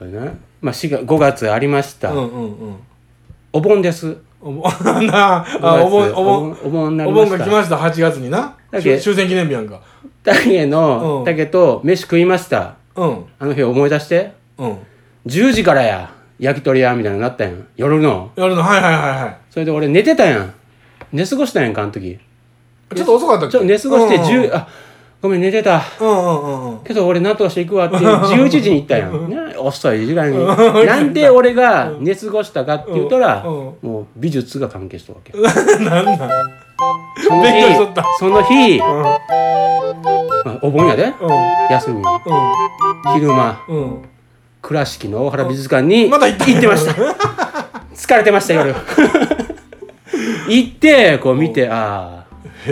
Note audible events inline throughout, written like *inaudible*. これな、まあ、4月5月ありました、うんうんうんお盆ですお盆 *laughs* なあお盆お盆お盆になりおま盆しがた来ました8月になだけ終終戦記念日やんか竹の、うん竹と飯食いましたうんあの日思い出してうん10時からや焼き鳥屋みたいになったやん夜のやるのはいはいはいはそれで俺寝てたやん寝過ごしたやんかあの時いちょっと遅かったっちけょ寝過ごして10、うんあごめん寝てたうんうんうんうん *laughs* けど俺なんとかしていくわって11時に行ったやん、ね、遅い時間になんで俺が寝過ごしたかって言ったら、うんうんもう美術が関係したわけなんなんその勉強日しとったその日、うまんあお盆やで休みう昼間んうんうん倉敷の大原美術館にまだ行った行ってました疲れてました *laughs* 夜行ってこう見てああ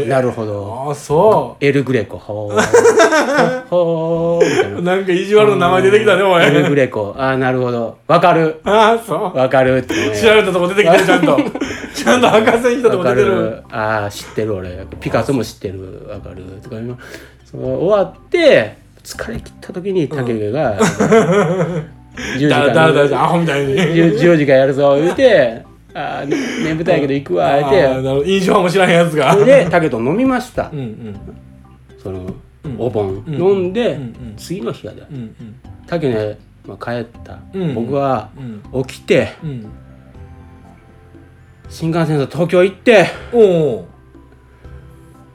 なるほどああそエル・グレコほー *laughs* ほーみたいなうなんか意地悪な名前出てきたねおエル・グいレコああなるほどわかる *laughs* ああそうわかるってね調べたとこ出てきてるちゃん *laughs* とちゃんと博士に来たとわこか出てるるああ知ってる俺ピカソも知ってるわかるとか今その終わって疲れ切った時に竹が10時だからだだだアホみた *laughs* いに10 10時からやるぞ言うて「ああね眠たいけど行くわ」あ言うーてなるほど印象も知らんやつがそれで竹と飲みましたうんうんそのうんお盆うん飲んでうんうん次の日やでうん竹ねまあ帰ったうん僕はうんうん起きてうん新幹線と東京行ってお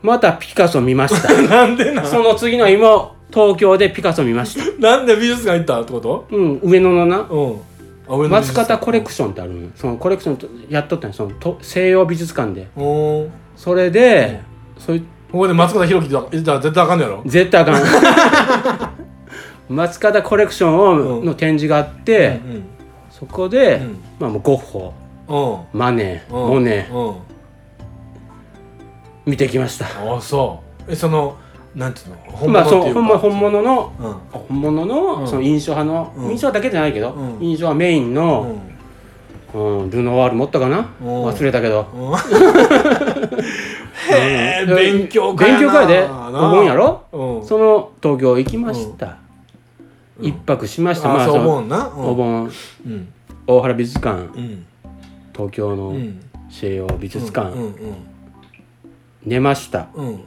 またピカソ見ま *laughs* したお *laughs* なんでなその次の日も東京でピカソ見ました。なんで美術館行ったってことうん、上野のな。うんあ俺の美松術館方コレクションってあるんよそのコレクションとやっとったんよそのと西洋美術館で。おーそれで、そういここで松方弘樹だいたら絶対あかんのやろ絶対あか *laughs* ん。松方コレクションうをんの展示があっうて、んそこで、うんまあもうゴッホ、うんマネー、うんモネ、うん見てきました。ああそうえそのなんていうの本まあ物ってそ、いううほかんま本物の、うん本物の、うんその印象派の、うん印象派だけじゃないけど、うん印象派メインうの、んうん、ルノワール持ったかな、うん忘れたけど。うんへえ勉強会勉強会でなお盆やろうんその東京行きました、一泊しました、あまあそうそおの盆なうんお盆うん大原美術館うん東京うのん西洋美術館、うんうん寝ましたうんうん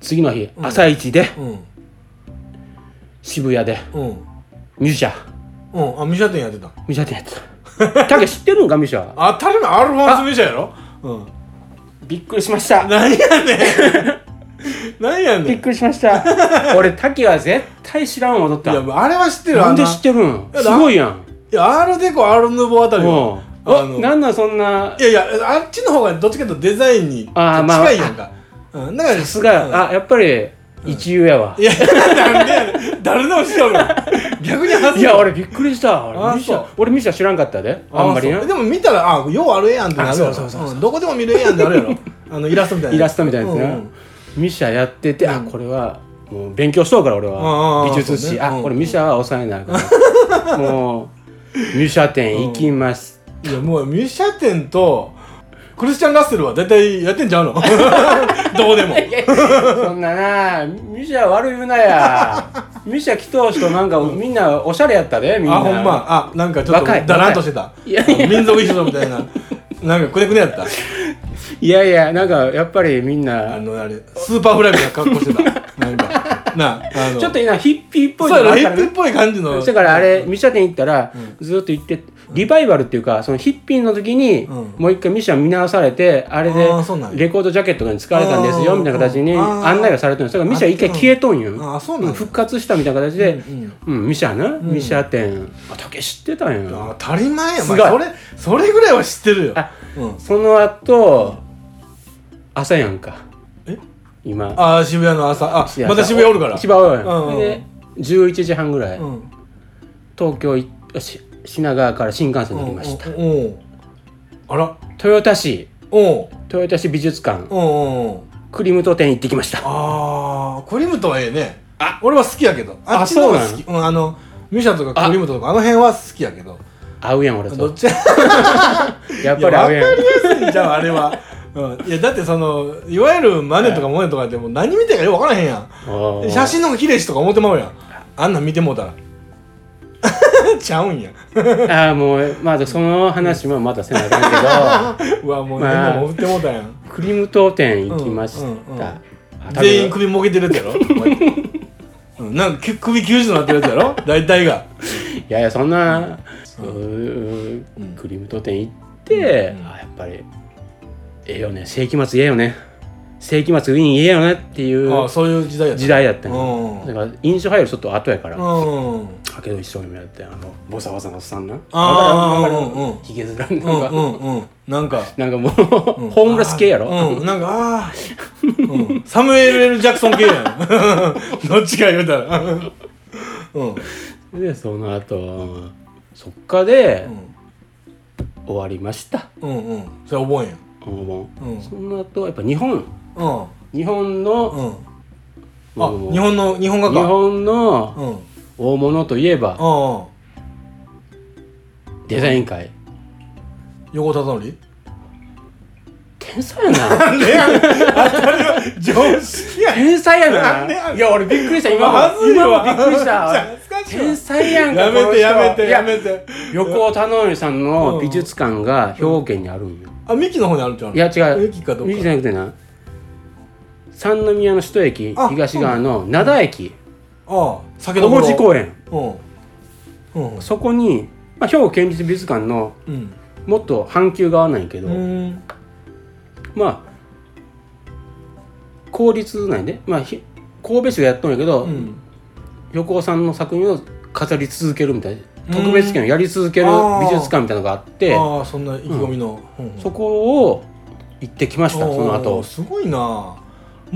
次の日、うん朝一でうん渋谷でうんミュシャうんあミシャ店やってたミュシャってやつ *laughs* タケ知ってるんかミュシャあたるのアルフォンスミシャやろうんびっくりしました何やね *laughs* ん何やねびんっいくりしました *laughs* 俺タケは絶対知らん思っとったやあれは知ってるなあんでな知ってるんいやすごいやんいやアールデコアールヌーボーあたりもはうあのおなんなんそんないやいやあっちの方がどっちかというとデザインにあーまあ近いやんか、うんだからさすがあやっぱり一流やわ、いやなんでやねん誰でも知らんから逆に恥いずかしや俺びっくりしたあ俺ミシそうャ俺ミシャ知らんかったであんまりなそうでも見たらあようあるやんってなるやろあそうそうそうそんどこでも見るやんってなる *laughs* やろあのイラストみたいなイラストみたいなやつうんな、ミシャやってて、あこれはもう勉強しとうから俺うんうんうはん美術史、そうねあうんこれミシャは抑えないから *laughs* もうミシャ店行きます、うんいやもうミシャ店とクリスチャン・ラッセルは絶対やってんちゃうの *laughs* どこでもそんななミシャ悪言うなやミシャ来とう人なんかみんなおしゃれやったでみんなあほんまあなんかちょっと若いだらんとしてたいやいや民族衣装みたいななんかくねくねやったいやいやなんかやっぱりみんあなのあれスーパーフライみたいな格好してたなんかなああのちょっと今ヒッピーっぽいそうやのがあっろヒたッらピーっぽい感じのそれからあれミシャ店行ったらうずっと行ってリバイバルっていうかそのヒッピーの時にうんもう一回ミシャ見直されてあれであーそうなんやレコードジャケットに使われたんですあよーみたいな形にうんあー案内がされてるんですだからミシャ一回消えとんよあそううなんんだ復活したみたいな形でうんミシャなミシャ店あ竹知ってたんよ当たり前やおすご前いそれそれぐらいは知ってるよあうんその後朝やんかえ今あー渋谷の朝あ朝また渋谷おるから一番多いうんうんよで11時半ぐらいうん東京行っし品川から新幹線乗りましたうんうんうんあら豊田市おう豊田市美術館おうんうんクリムト店行ってきましたあークリムトはええね俺は好きやけどあっちの方が好きうんあのミシャとかクリムトとかあの辺は好きやけど合うやん俺どとっちやっいやぱり合うやん分かりやすいんじゃんあれは、うん、いやだってそのいわゆるマネとかモネとかってもう何見てるかよく分からへんやんおー写真の方が綺麗しとか思ってまうやんあんなん見てもうたら *laughs* ちゃうんやああもうまだその話はまだせなあかんけうわもうまあ今もう売ってもうたやん *laughs* どクリムト店行きました、うんうんうんあ食べ全員首もげてるやつや *laughs* ろうんなんかけ首90なってるやつやろ大体がいやいやそんな、そういううんクリムト店行って、うんあやっぱりええよね世紀末ええよね世紀末ウィーンええよねっていああうそういう時代やった時代やったうんよんだから印象入るちょっと後やから、うんだけど一生懸命やってあのボサボサのおっさんなあーわかるわかるうんうんひげずらんなんうんか、うんうんなんかなんかもう、ホームレス系やろ、うんなんかああ、うん、サムエル・ L ・ジャクソン系やん *laughs* どっちか言うたらうんうんでその後そっかで終わりました、うんうんそれ覚えんやあのもううんその後やっぱ日本うん日本の、うんもうあ日本の日本画日家本のうんうん大物といえばデザイン界横田則天才や *laughs* な常識や天才やなんでやなねんいや俺びっくりした今まもずい今もわびっくり *laughs* した恥ずかしいわ天才やんかやこめのて人やめてやいめて横尾忠則さんの美術館が兵庫県にあるんよ、あミキの方にあるんちゃういや違うミキかどう右じかゃなくてな三宮の首都駅あ東側の灘駅ああ酒小どころ文字公園うんうんそこに、まあ、兵庫県立美術館のうんもっと阪急側なんやけど、うんまあ公立なんやで、まあ、ひ神戸市がやっとんやけど、うん横尾さんの作品を飾り続けるみたいな特別権をやり続ける美術館みたいなのがあってああそんな意気込みのうんうんそこを行ってきましたそのおー後すごいなも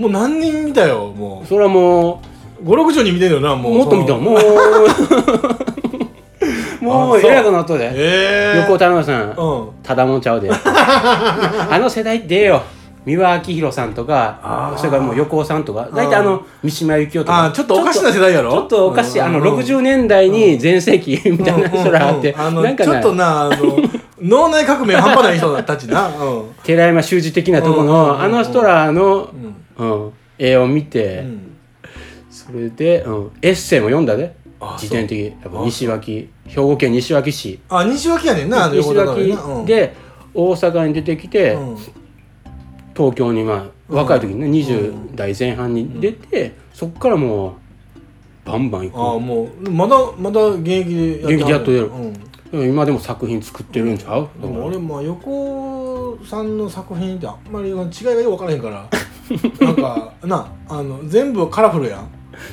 う何人見たよもそれはもう56人見てるよなうもうもっと見たそのもう *laughs* もうあそうえらいことなっとるでええ横尾太郎さん、うんただもんちゃ *laughs* うであの世代ってええよ三輪明宏さんとあかーそれからもう横尾さんとか大体あの三島由紀夫とあかあちょっとおかしな世代やろちょっとおかしいあのうんうんうん60年代に全盛期みたいな人らあってうんうんうんあのなんかちょっなとなあ *laughs* の脳内革命半端ない人たちなうん寺山修司的なとこうんうんうんうのんあの人らのう、んうん、絵を見うてんそれで、うん、エッセイも読んだであ自伝的やっぱあ西脇兵庫県西脇市あ西脇やねんなあの西横田のね脇で大阪に出てきて、うんうん東京にまあ若い時にね、うん20代前半に出て、そっからもうバンバンああ行もうまだまだ現役で現役でやっとるやるうんくでも今でも作品作ってるんちゃう、でも俺まあ横尾さんの作品ってあんまり違いがよく分からへんから *laughs* なんかなあの全部カラフルやん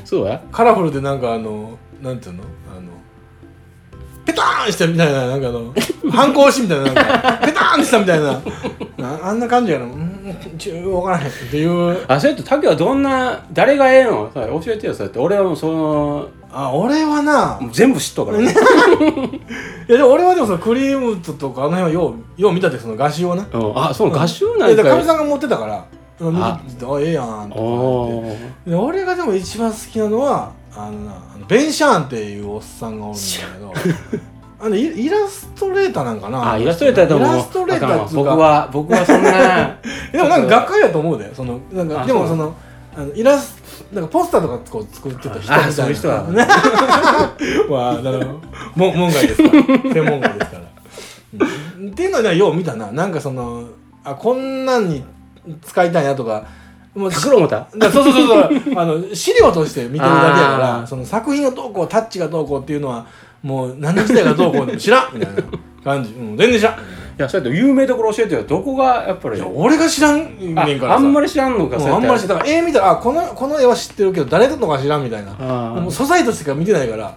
そうやカラフルでなんかあのなんていうのあのペターンしたみたいななんか *laughs* あの反抗しみたいななんかペターンしたみたいななあんな感じやなうんちょ分からへんっていうあそれって竹はどんな誰がええのそれ教えてよそうやって俺はもうそのあ俺はなもう全部知っとるから、いやでも俺はでもそのクリームとかあの辺はようよう見たでその画集をなうん、あそううん合唱なんいやだからかみかさんが持ってたからうん見ててあええやんとおかっておーで俺がでも一番好きなのはあのなあのベン・シャーンっていうおっさんがおるんだけど *laughs* あのイイラストレーターなんかなあイラストレーターともイラストレーターっていう僕かは僕はそんな *laughs* でもなんか学会やと思うでそのなんかあでもそそうのあのイラスなんかポスターとかこう作ってた人みたいなあそういう *laughs* 人はわあなるほど門門外ですから専門外ですから、うんっていうのはよう見たななんかそのあこんなんに使いたいなとかもう作ろう思っただからそうそうそう *laughs* そうあの資料として見てるだけやかあーらその作品がどうこうタッチがどうこうっていうのはもう何時代がどうこうでも知らんみたいな感じ、うん、全然知らんいやそうやって有名どころ教えてよどこがやっぱいりや俺が知らんねんからああんまり知らんのかうんあんまり知ららんだから絵見たらあこのこの絵は知ってるけど誰だったのか知らんみたいなもう素材としてしか見てないから、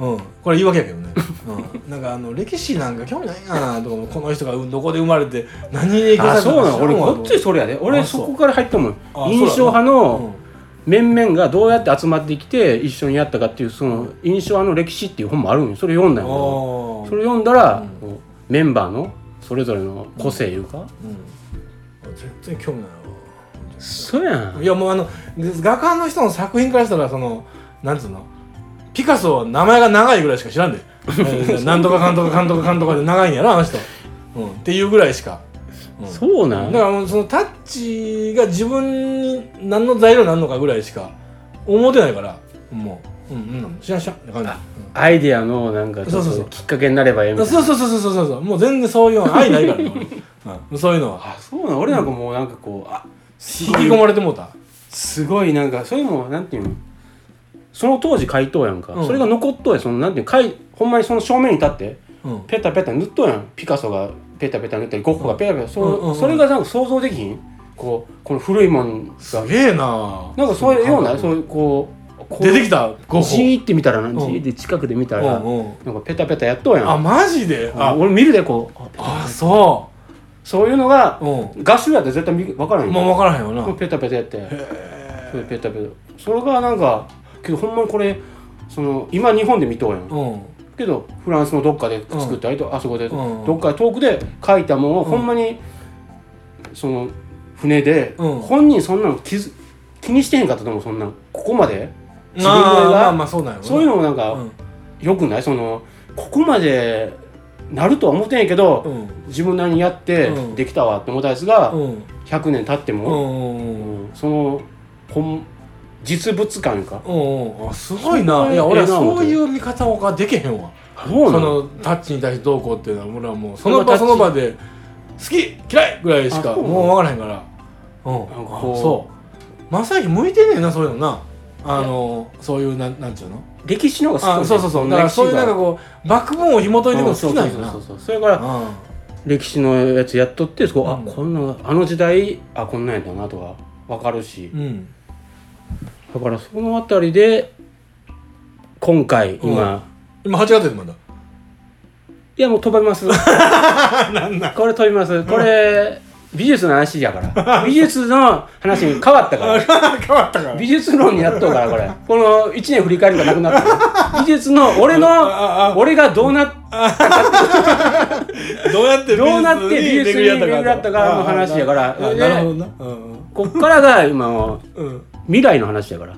うん、これ言い訳やけどね、うん、なんかあの歴史なんか興味ないなとかもこの人がうんどこで生まれて何に影響さあれたそうなの俺知らんわこっちそれやで俺あそそうこから入ったもんあ印象派と思のう面々がどうやって集まってきて一緒にやったかっていうその印象派の歴史っていう本もあるんよそれ読んだんやけどうん、あーそれ読んだらうこうメンバーのそれぞれの個性いうかうん、あ全然興味ないわそうやんいやもうあの画家の人の作品からしたらそのなんつうのピカソは名前が長いぐらいしか知らんでえ *laughs* ーなんとかかんとかかんとかかんとかで長いんやろあの人、うん、っていうぐらいしか、うんそうなだんからもうそのタッチが自分に何の材料になんのかぐらいしか思ってないからもううんうん知らん知らんって感じ、アイディアのなんかちょっそうそうそとうきっかけになればええみうたんいなそうそうそうそうそうそうもう全然そういうの愛ないからね *laughs* 俺うんそういうのはあそうなん俺なんかもうなんかこうあす引き込まれてもうたすごいなんかそういうのなんていうのその当時回答やんか、うんそれが残っとうやんそのなんていうのかいほんまにその正面に立ってうんペタペタ塗っとうやんピカソがペタペタ塗ったりゴッホがペタペタそううんうんうんそれがなんか想像できひんこうこの古いもんがすげえななんかそういうような感覚そういうこうこう出てきたゴッホじーって見たらなうんじーって近くで見たら、うんうんなんかペタペタやっとうやんあマジでうんあ俺見るでこうああそそういうのがううん画集やったら絶対見分からへんやんもう分からへんよなこれペタペタやってへそれペタペタそれがなんかけどほんまにこれその今日本で見とうやんーうんけどフランスのどっかで作ったりと、あそこで、うんどっか遠くで書いたものをうんほんまに、その船で、うん本人そんなの気づ気にしてへんかったと思うそんなんここまで自分まのあ絵まあがまあそうなんやろなそういうのもなんか、よくないそのここまでなるとは思ってんやけど、うん自分なりにやってうんできたわって思ったやつが、うん100年経ってうんうも、んうんうんうんその本実物感かうんうんあすごいなそういや俺はええな思っそてういう見方ができへんわそうそなののタッチに対してどうこうっていうのは俺はもうそそののタ場ッチその場で好き嫌いぐらいしあかそうなのもう分からへんからうんなんかこうあそう正行向いてんねえなそういうのなあのそういうなんなんちゅうの歴史の方が好あきそうそうそうだからそういうなんかここうバックボーンを紐解いていくの好きなんやなそうそうそうそうそれから歴史のやつやっとってそこあうんこんなあの時代あこんなんやったなとか分かるしうんうんだからそのあたりで今回今、今8月でまだいやもう飛びます *laughs* なんなんこれ飛びますこれ美術の話やから美術の話に変わったから変わったから美術論になっとうからこれこの1年振り返りがなくなった美術の俺のあ俺がどうなっあどうやってどうなって美術に巡り合ったかの話やからああなるほどなうんこっからが今のうんうん未来の話やから